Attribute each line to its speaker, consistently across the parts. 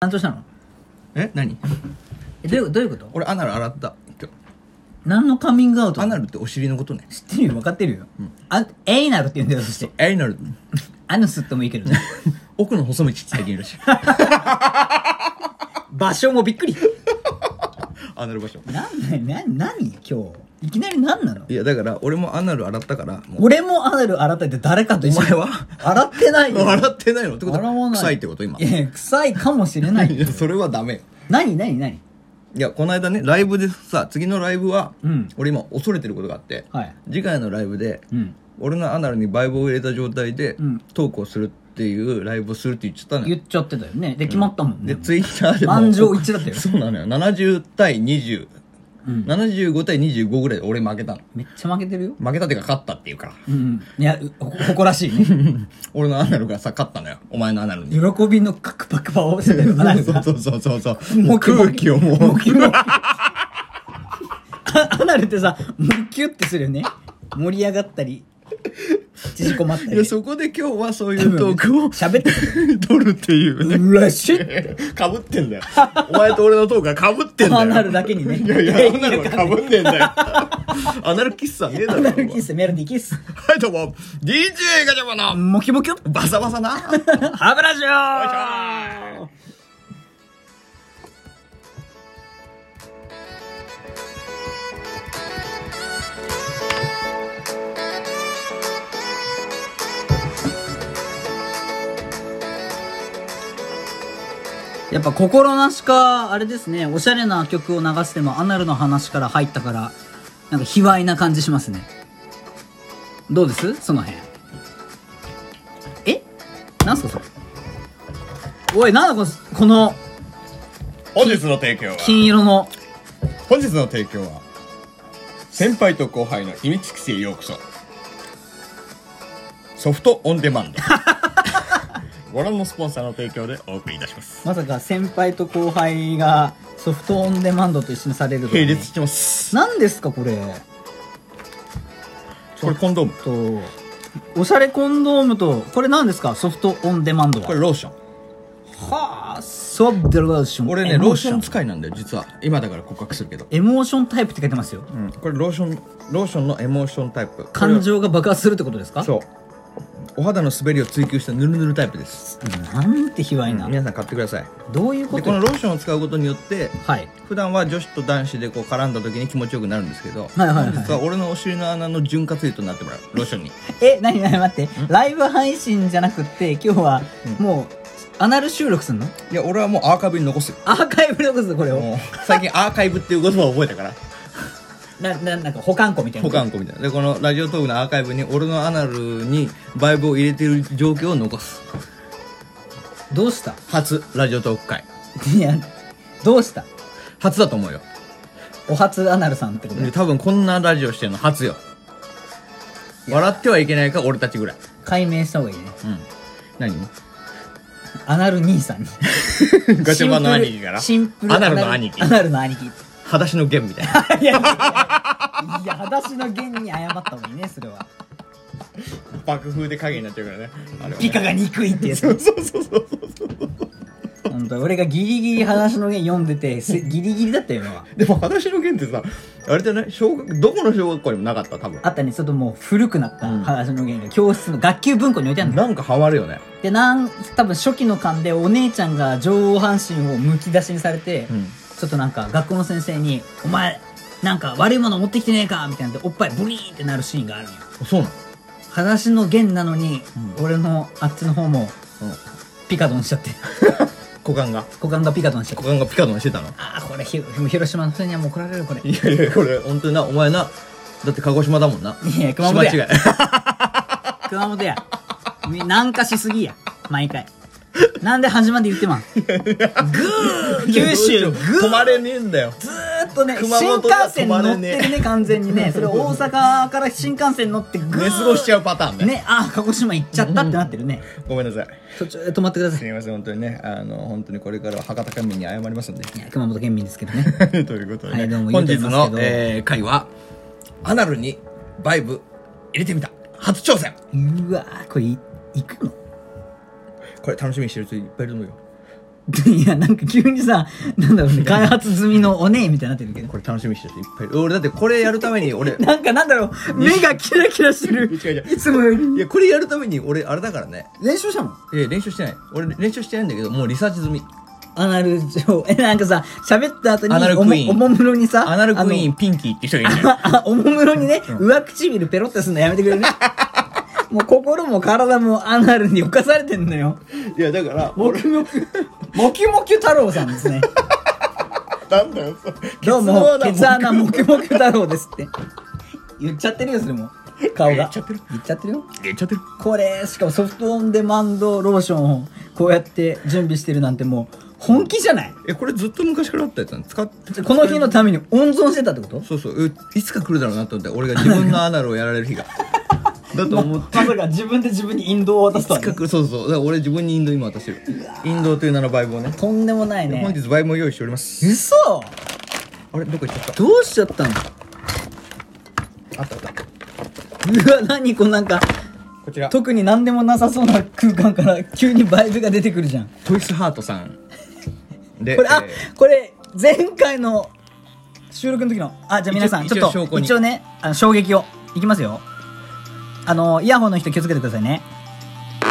Speaker 1: 担当したの
Speaker 2: え何
Speaker 1: えどういうどういうこと
Speaker 2: 俺アナル洗った今
Speaker 1: 何のカミングアウト
Speaker 2: 日アナルってお尻のことね
Speaker 1: 知ってるよ分かってるよ、あエイナルって言うんだよそして
Speaker 2: エイナル
Speaker 1: アヌスってもいいけ どね
Speaker 2: 奥の細道って最近いるらしい
Speaker 1: 場所もびっくり
Speaker 2: アナル場所
Speaker 1: なんな何今日いきなり何なの
Speaker 2: いやだから俺もアナル洗ったからもう
Speaker 1: 俺もアナル洗ったって誰かと一緒に
Speaker 2: お前は
Speaker 1: 洗ってないよ
Speaker 2: 洗ってないのってこと
Speaker 1: 洗わ
Speaker 2: は
Speaker 1: ない
Speaker 2: 臭いってこと今
Speaker 1: いや臭いかもしれない
Speaker 2: いやそれはダメよ
Speaker 1: 何何何
Speaker 2: いやこの間ねライブでさ次のライブは、
Speaker 1: うん
Speaker 2: 俺今恐れてることがあって、
Speaker 1: はい
Speaker 2: 次回のライブで、
Speaker 1: うん
Speaker 2: 俺のアナルにバイブを入れた状態で、
Speaker 1: ん
Speaker 2: トークをするっていうライブをするって言っちゃったのよ
Speaker 1: 言っちゃってたよねで決まったもんね、
Speaker 2: でツイッターでも
Speaker 1: 満場一致だったよ
Speaker 2: そうなのよ70対20、
Speaker 1: うん
Speaker 2: 75対25ぐらいで俺負けたの
Speaker 1: めっちゃ負けてるよ
Speaker 2: 負けたっていうか勝ったっていうか
Speaker 1: うんいやうほ誇らしい ね
Speaker 2: 俺のアナルがさ勝ったのよお前のアナルに
Speaker 1: 喜びのカクパクパをしてたよアナルが
Speaker 2: そうそうそうそうそうも
Speaker 1: も
Speaker 2: う
Speaker 1: う気持ち
Speaker 2: 空気をもう
Speaker 1: キモいあアナルってさもうキュッてするよね盛り上がったり縮こまった
Speaker 2: い
Speaker 1: り
Speaker 2: やそこで今日はそういうトークを
Speaker 1: 喋って
Speaker 2: 取るっていうね
Speaker 1: うら しい
Speaker 2: かぶってんだよ。お前と俺のトークがかぶってんだよ。
Speaker 1: アナルだけにね
Speaker 2: いやいや、アナルはかぶってん だよ。アナルキッスはねえだ
Speaker 1: ア
Speaker 2: ろ。
Speaker 1: ナルキッスメロディーキッス
Speaker 2: お前はい、どうも。DJ ガチャバの
Speaker 1: モキモキよ
Speaker 2: バサバサな。
Speaker 1: 歯ブラシ
Speaker 2: よいし
Speaker 1: よ
Speaker 2: ょ
Speaker 1: やっぱ心なしかあれですねおしゃれな曲を流してもアナルの話から入ったからなんか卑猥な感じしますねどうですその辺えなんすかそれおいなんだこのこの
Speaker 2: 本日の提供は、
Speaker 1: 金色の
Speaker 2: 本日の提供は、先輩と後輩の秘密基地へようこそ。ソフトオンデマン ド。ご覧のスポンサーの提供でお送りいたします。
Speaker 1: まさか先輩と後輩がソフトオンデマンドと一緒にされるとはね
Speaker 2: 並列してます。
Speaker 1: 何ですかこれ
Speaker 2: これコンドーム。
Speaker 1: とおしゃれコンドームとこれ何ですかソフトオンデマンドは
Speaker 2: これローション。
Speaker 1: はあソフトローション
Speaker 2: 俺
Speaker 1: エ
Speaker 2: ね、
Speaker 1: モ
Speaker 2: ローション
Speaker 1: ン
Speaker 2: 使いなんだよ、実は。今だから告白するけど。
Speaker 1: エモーションタイプって書いてますよ
Speaker 2: うん、これローションローションのエモーションタイプ
Speaker 1: 感情が爆発するってことですか
Speaker 2: そうお肌の滑りを追求したヌルヌルタイプです、
Speaker 1: なんて卑猥な、
Speaker 2: 皆さん買ってください
Speaker 1: どういうこ
Speaker 2: で
Speaker 1: と
Speaker 2: この
Speaker 1: よ
Speaker 2: ローションを使うことによって
Speaker 1: はい
Speaker 2: 普段は女子と男子でこう絡んだ時に気持ちよくなるんですけど、
Speaker 1: はいはいはい
Speaker 2: 実は俺のお尻の穴の潤滑油となってもらうローションに
Speaker 1: え何何待ってライブ配信じゃなくって今日はもう、アナル収録すんの
Speaker 2: いや俺はもうアーカイブに残すよ
Speaker 1: アーカイブ録すこれを
Speaker 2: もう最近アーカイブっていう言葉を覚えたから
Speaker 1: なななんか保管庫みたいな
Speaker 2: 保管庫みたいなでこのラジオトークのアーカイブに俺のアナルにバイブを入れてる状況を残す
Speaker 1: どうした
Speaker 2: 初ラジオトーク会
Speaker 1: いやどうした
Speaker 2: 初だと思うよ
Speaker 1: お初アナルさんってこと
Speaker 2: で多分こんなラジオしてるの初よ笑ってはいけないか俺たちぐらい
Speaker 1: 解明した方がいいね
Speaker 2: うん何
Speaker 1: アナル兄さんに
Speaker 2: ガチャバの兄貴から
Speaker 1: シンプル
Speaker 2: アナルの兄貴
Speaker 1: アナルの兄貴い
Speaker 2: 裸足の弦みたいな
Speaker 1: やいやいやいや裸足の弦に謝ったもんねそれは
Speaker 2: 爆風で影になっちゃうからねあれはね
Speaker 1: ピカが憎いってやつ
Speaker 2: そうそうそうそうそう
Speaker 1: 本当俺がギリギリ裸足の弦読んでてせギリギリだったよ今は
Speaker 2: でも裸足の弦ってさあれじゃない小学どこの小学校にもなかった多分
Speaker 1: あったねちょっともう古くなった裸足の弦が教室の学級文庫に置いてあるんだ
Speaker 2: なんかハマるよね
Speaker 1: でなん多分初期の巻でお姉ちゃんが上半身をむき出しにされて、
Speaker 2: ん
Speaker 1: ちょっとなんか学校の先生に「お前なんか悪いもの持ってきてねえか」みたいなんでおっぱいブリーンってなるシーンがあるんよ
Speaker 2: そうな
Speaker 1: 裸足の弦なのに、俺のあっちの方も
Speaker 2: の、うん、
Speaker 1: ピカドンしちゃって
Speaker 2: 股間が
Speaker 1: 股間がピカドンしちゃっ
Speaker 2: 股
Speaker 1: て
Speaker 2: 間がピカドンしてたの
Speaker 1: ああこれひ広島の人にはもう怒られるこれ
Speaker 2: いやいやこれ本当になお前なだって鹿児島だもんない
Speaker 1: や熊本や
Speaker 2: 島違い
Speaker 1: 熊本やみ南下しすぎや毎回なんで始まって言ってまんグー九州グー
Speaker 2: 止まれねえんだよ
Speaker 1: ずーっとね、
Speaker 2: 熊
Speaker 1: 新
Speaker 2: 本
Speaker 1: 幹
Speaker 2: が
Speaker 1: 線乗って
Speaker 2: 止ま
Speaker 1: るね、完全にね。それ大阪から新幹線乗ってぐー
Speaker 2: 寝過ごしち
Speaker 1: ゃ
Speaker 2: ゃうパターンね
Speaker 1: ね、あー、鹿児島行っちゃったってなってるね。
Speaker 2: ごめんなさい
Speaker 1: 途中で止まってくださ
Speaker 2: す
Speaker 1: い。
Speaker 2: みません本当にねあの本当にこれからは博多県民に謝り ますんで
Speaker 1: いや、熊本県民ですけどね。
Speaker 2: ということで、
Speaker 1: はい
Speaker 2: ね
Speaker 1: どうも
Speaker 2: 本
Speaker 1: 言うと
Speaker 2: 日
Speaker 1: 思いますけど
Speaker 2: の、えー回はアナルにバイブ入れてみた初挑戦
Speaker 1: うわー、これい、行くの
Speaker 2: これ楽しみにしてる人いっぱいいると思うよ
Speaker 1: いや、なんか急にさ、なんだろうね、開発済みのおねえみたいになってるけど。
Speaker 2: これ楽しみにしてる人いっぱいいる俺だってこれやるために俺い
Speaker 1: なんかなんだろう、目がキラキラしてる。
Speaker 2: 違う違う
Speaker 1: いつもより。
Speaker 2: やこれやるために俺あれだからね
Speaker 1: 練習したもん。
Speaker 2: いや練習してない俺練習してないんだけどもうリサーチ済み
Speaker 1: アナル上、 え、なんかさ、喋った後に、
Speaker 2: アナルクイーン
Speaker 1: おもおもむろにさ、
Speaker 2: アナルクイー
Speaker 1: ン。
Speaker 2: ンピンキーって人がいるじゃん
Speaker 1: あおもむろにね、上唇ペロってすんのやめてくれる ね。もう心も体もアナルに侵されてんのよ。
Speaker 2: いやだから
Speaker 1: もきもき、もきもき太郎さんです ね。
Speaker 2: なんだよそれ
Speaker 1: どう
Speaker 2: ケツの
Speaker 1: も、
Speaker 2: 穴
Speaker 1: ケツ穴もきもき太郎ですって。言っちゃってるよ、それも。顔が。
Speaker 2: 言っちゃってる
Speaker 1: 言っちゃってるよ。
Speaker 2: 言っちゃってる
Speaker 1: これ、しかもソフトオンデマンドローションをこうやって準備してるなんてもう、本気じゃない
Speaker 2: えこれずっと昔からあったやつなん使って
Speaker 1: この日のために温存してたってこと
Speaker 2: そうそうういつか来るだろうなと思って俺が自分のアナルをやられ る日がだと思って
Speaker 1: まさか自分で自分に引導を渡
Speaker 2: い
Speaker 1: すとは
Speaker 2: つ
Speaker 1: ね
Speaker 2: か来るそうそうだから俺自分にインド今渡してるインドという名のバイブをね
Speaker 1: とんでもない
Speaker 2: 本
Speaker 1: ね
Speaker 2: 日バイブも用意しております
Speaker 1: 嘘
Speaker 2: あれどこ行っちゃった
Speaker 1: どうしちゃったの
Speaker 2: あったあった
Speaker 1: うわ何こうなんか
Speaker 2: こちらト
Speaker 1: 特に何でもなさそうな空間から急にバイブが出てくるじゃん
Speaker 2: イスハートさんで
Speaker 1: これあ
Speaker 2: えー
Speaker 1: これ前回の収録の時のあじゃあ皆さん
Speaker 2: 一応
Speaker 1: ちょっ
Speaker 2: 一応証拠
Speaker 1: と
Speaker 2: に
Speaker 1: 一応ねあの衝撃をいきますよあのイヤホンの人気をつけてくださいね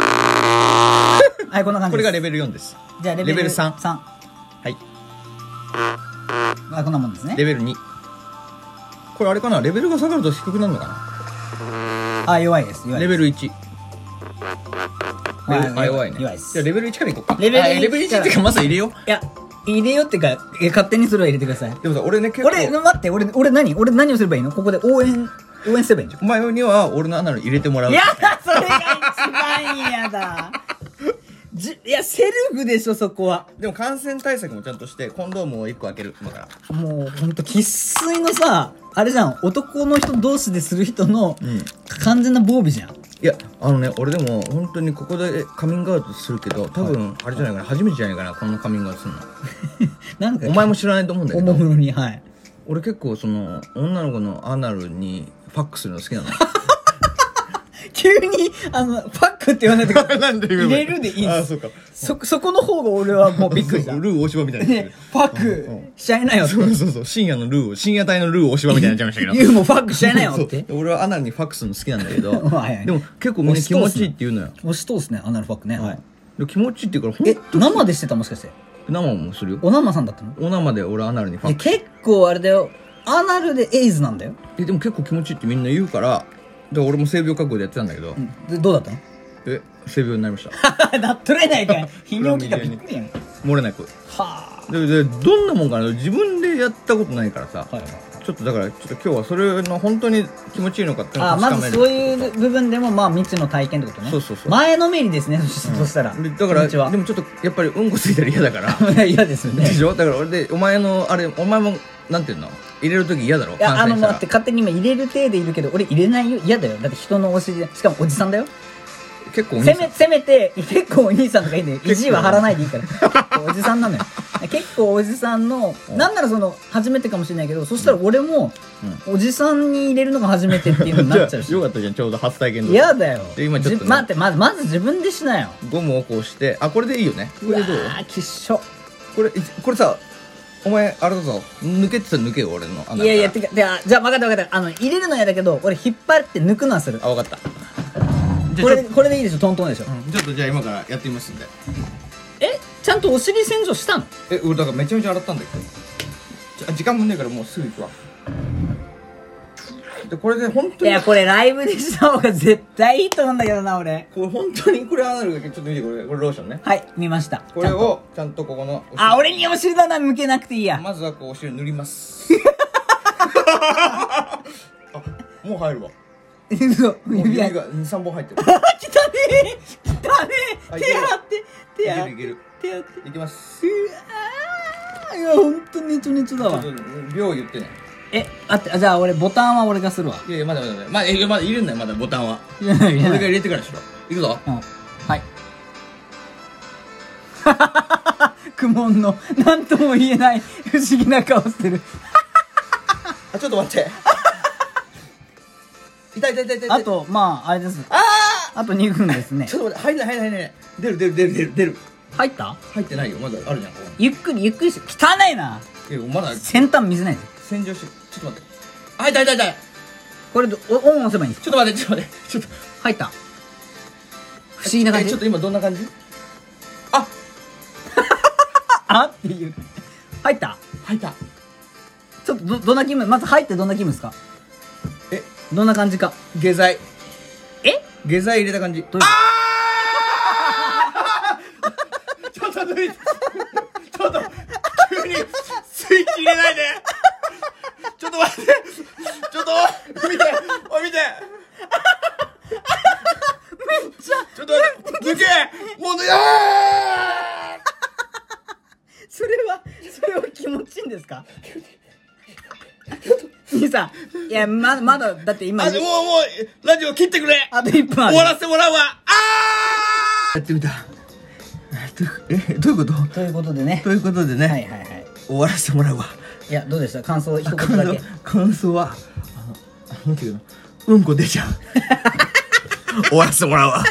Speaker 1: はいこんな感じ
Speaker 2: こ
Speaker 1: です
Speaker 2: れがレベル4です
Speaker 1: じゃあレベル
Speaker 2: レベル
Speaker 1: 3
Speaker 2: 3
Speaker 1: あ
Speaker 2: はい
Speaker 1: こんなもんですね
Speaker 2: レベル2これあれかなレベルが下がると低くなるのか
Speaker 1: あ弱いです弱
Speaker 2: ない
Speaker 1: で
Speaker 2: レ
Speaker 1: す
Speaker 2: ベル1レベル
Speaker 1: は
Speaker 2: あ
Speaker 1: い
Speaker 2: 弱いね
Speaker 1: 弱いです
Speaker 2: じゃあレベル1からいこうか
Speaker 1: レベル
Speaker 2: あ
Speaker 1: 1
Speaker 2: レベル1っていう
Speaker 1: か
Speaker 2: かまず入れよ
Speaker 1: いや、入れようってか、いや勝手にそれは入れてください。
Speaker 2: うでもさ俺ね結構
Speaker 1: 俺、待って、俺、俺何俺何をすればいいのここで応援、応援すればいいんじゃ
Speaker 2: お前には俺のアナル入れてもら
Speaker 1: ん。
Speaker 2: う
Speaker 1: やだそれが一番嫌だじいや、セルフでしょ、そこは。
Speaker 2: でも感染対策もちゃんとしてコンドームを1個開ける今から
Speaker 1: もう、ほんと、喫水のさ、あれじゃん、男の人同士でする人の、
Speaker 2: ん
Speaker 1: 完全な防備じゃん。
Speaker 2: いやあのね俺でも本当にここでカミングアウトするけど多分あれじゃないかな初めてじゃないかなこんなカミングアウトするの
Speaker 1: なんか、
Speaker 2: お前も知らないと思うんだ
Speaker 1: お
Speaker 2: け
Speaker 1: も
Speaker 2: ど
Speaker 1: むろに、はい。
Speaker 2: 俺結構その女の子のアナルにファックするの好きなの
Speaker 1: 急に、あの、パックって言わないでくだ さい。
Speaker 2: なんで言えばい
Speaker 1: 入
Speaker 2: い
Speaker 1: れるでいいです。
Speaker 2: あそうか
Speaker 1: そ、そこの方が俺はもうびっくりした。
Speaker 2: ルー大芝みたいにな
Speaker 1: ね
Speaker 2: ってる、
Speaker 1: パックしちゃいなよって
Speaker 2: そうそうそう深夜のルーを深夜帯のルー大芝みたいになっちゃいま した
Speaker 1: ユーもファックしちゃいなよっ
Speaker 2: け
Speaker 1: て
Speaker 2: ど。そう俺はアナルにファックするの好きなんだ けど
Speaker 1: はいはい
Speaker 2: でも結構みんな気持ちいいって言うのよ
Speaker 1: 押し通すね、アナルファックね。
Speaker 2: はいで気持ちいいって言うから
Speaker 1: え
Speaker 2: ほん、
Speaker 1: 生でしてたもしかして。
Speaker 2: 生もするよ
Speaker 1: お生さんだったの
Speaker 2: お生で俺アナルにファ
Speaker 1: いや
Speaker 2: ック
Speaker 1: 結構あれだよ。アナルでエイズなんだよ。
Speaker 2: えでも結構気持ちいいってみんな言うからで俺も性病覚悟でやってたんだけど、
Speaker 1: で、どうだったの
Speaker 2: え性病になりました
Speaker 1: なっとれない かい。泌尿器がびっくりやん。は
Speaker 2: 漏れなく
Speaker 1: あ。
Speaker 2: ででどんなもんかな自分でやったことないからさ、
Speaker 1: はいはい
Speaker 2: ちょっとだからちょっと今日はそれの本当に気持ちいいのかっていうの
Speaker 1: あ
Speaker 2: を
Speaker 1: ま
Speaker 2: 確か
Speaker 1: ず
Speaker 2: め
Speaker 1: そ
Speaker 2: る
Speaker 1: ういう部分でもまあ未知の体験ってことね
Speaker 2: そうそうそう
Speaker 1: 前のめりですねそしそしたら、
Speaker 2: でだから
Speaker 1: 気持ちは
Speaker 2: でもちょっとやっぱりうんこついたら嫌だから
Speaker 1: いや嫌ですよね
Speaker 2: でしょだから俺でお前のあれお前もなんていうの入れる時嫌だろ
Speaker 1: いやあ
Speaker 2: 感
Speaker 1: の
Speaker 2: 染したら
Speaker 1: 待って勝手に今入れる体でいるけど俺入れないよ嫌だよだって人のお尻でしかもおじさんだよ
Speaker 2: 結構お兄
Speaker 1: せ
Speaker 2: さ
Speaker 1: め
Speaker 2: ん
Speaker 1: せめて結構お兄さんとかいいんだよ意地は張らないでい いから結構おじさんなのよ結構おじさんのなんならその初めてかもしれないけどそしたら俺もおじさんに入れるのが初めてっていうのになっちゃうし
Speaker 2: よかったじ ゃんちょうど初体験の時
Speaker 1: 嫌だよ
Speaker 2: で今ちょっとね
Speaker 1: じ待ってまずまず自分でしなよ
Speaker 2: ゴムをこうしてあこれでいいよねこ
Speaker 1: うわ
Speaker 2: れでどう
Speaker 1: ーきっしょ
Speaker 2: これいこれさお前あれだぞ抜けてたら抜けよ俺の穴から
Speaker 1: いやいやてかてかじゃあ分かった分かったあの入れるの嫌だけど俺引っ張って抜くのはする
Speaker 2: あ分かったじゃ
Speaker 1: こ
Speaker 2: あち
Speaker 1: れ
Speaker 2: ょっ
Speaker 1: これでいいでしょトントンでしょ、
Speaker 2: とうんちょっとじゃあ今からやってみますんで
Speaker 1: えちゃんとお尻洗浄したの
Speaker 2: え俺だからめちゃめちゃ洗ったんだけどじゃあ時間もねえからもうすぐ行くわでこれで本
Speaker 1: い
Speaker 2: 当に
Speaker 1: やこれライブでした方が絶対いいと思うんだけどな俺
Speaker 2: これ本当にこれアナルだけどちょっと見てこれこれローションね
Speaker 1: はい見ました
Speaker 2: これをちゃんとここのお尻
Speaker 1: あ、俺にお尻だな、向けなくていいや。
Speaker 2: まずはこうお尻塗ります あもう入るわ
Speaker 1: 嘘、
Speaker 2: もう
Speaker 1: 指
Speaker 2: 指
Speaker 1: が。
Speaker 2: が23本入ってる
Speaker 1: あ、来たねー来たねー
Speaker 2: あいけ
Speaker 1: 手
Speaker 2: る
Speaker 1: 洗って手洗っ
Speaker 2: い
Speaker 1: て
Speaker 2: けるいける
Speaker 1: 手洗って
Speaker 2: いきます
Speaker 1: うわーいや、ほんとネチョネチョだ
Speaker 2: ちょっ
Speaker 1: わ
Speaker 2: と。秒言ってね
Speaker 1: え、あって、あじゃあ俺、ボタンは俺がするわ。
Speaker 2: いやいやまだまだまだまだいやまだいるんだよまだボタンはい
Speaker 1: やいやい
Speaker 2: 俺
Speaker 1: や
Speaker 2: が入れてからしろいくぞ
Speaker 1: うん。はい。 苦悶の、なんとも言えない不思議な顔してる。
Speaker 2: あちょっと待って 痛い痛い痛い痛い
Speaker 1: あと、まあ、あれです。
Speaker 2: あ
Speaker 1: あと2分ですね
Speaker 2: ーち。ょっと待って入れない入れない入れない出る出る出る出る出る
Speaker 1: 入った
Speaker 2: 入ってないよまだあるじゃんここ
Speaker 1: ゆっくりゆっくりして汚いな
Speaker 2: にえまだ
Speaker 1: 先端見せないで
Speaker 2: 洗浄してちょっと待ってあ入った入った入った
Speaker 1: これどおオン押せばいいんです
Speaker 2: ちょっと待ってちょっと待ってちょっと
Speaker 1: 入った不思議な感
Speaker 2: え
Speaker 1: じ
Speaker 2: ちょっと今どんな感じあ
Speaker 1: あっていう入った
Speaker 2: 入った
Speaker 1: ちょっとどどんな気分まず入ってどんな気分ですか
Speaker 2: え
Speaker 1: どんな感じか
Speaker 2: 下剤
Speaker 1: え
Speaker 2: 下剤入れた感じ
Speaker 1: どういう
Speaker 2: ちょっと抜いてちょっと急にスイッチ入れないでちょっと待ってちょっと見ておい見て
Speaker 1: めっちゃ
Speaker 2: ちょっと待って抜けもう抜けあ
Speaker 1: それはそれは気持ちいいんですか兄さんいやままだだって
Speaker 2: ー
Speaker 1: 今
Speaker 2: あもうもうラジオ切ってくれ
Speaker 1: あと1分あ
Speaker 2: 終
Speaker 1: る
Speaker 2: わらせてもらうわあーやってみたえどういうこと
Speaker 1: ということでね
Speaker 2: ということでね、
Speaker 1: はいはいはい
Speaker 2: 終わらせてもらうわ
Speaker 1: いやどうでした感想一言
Speaker 2: 感
Speaker 1: だけ
Speaker 2: 想感想はあのあのなんていうのうんこ出ちゃう 終わらせてもらうわ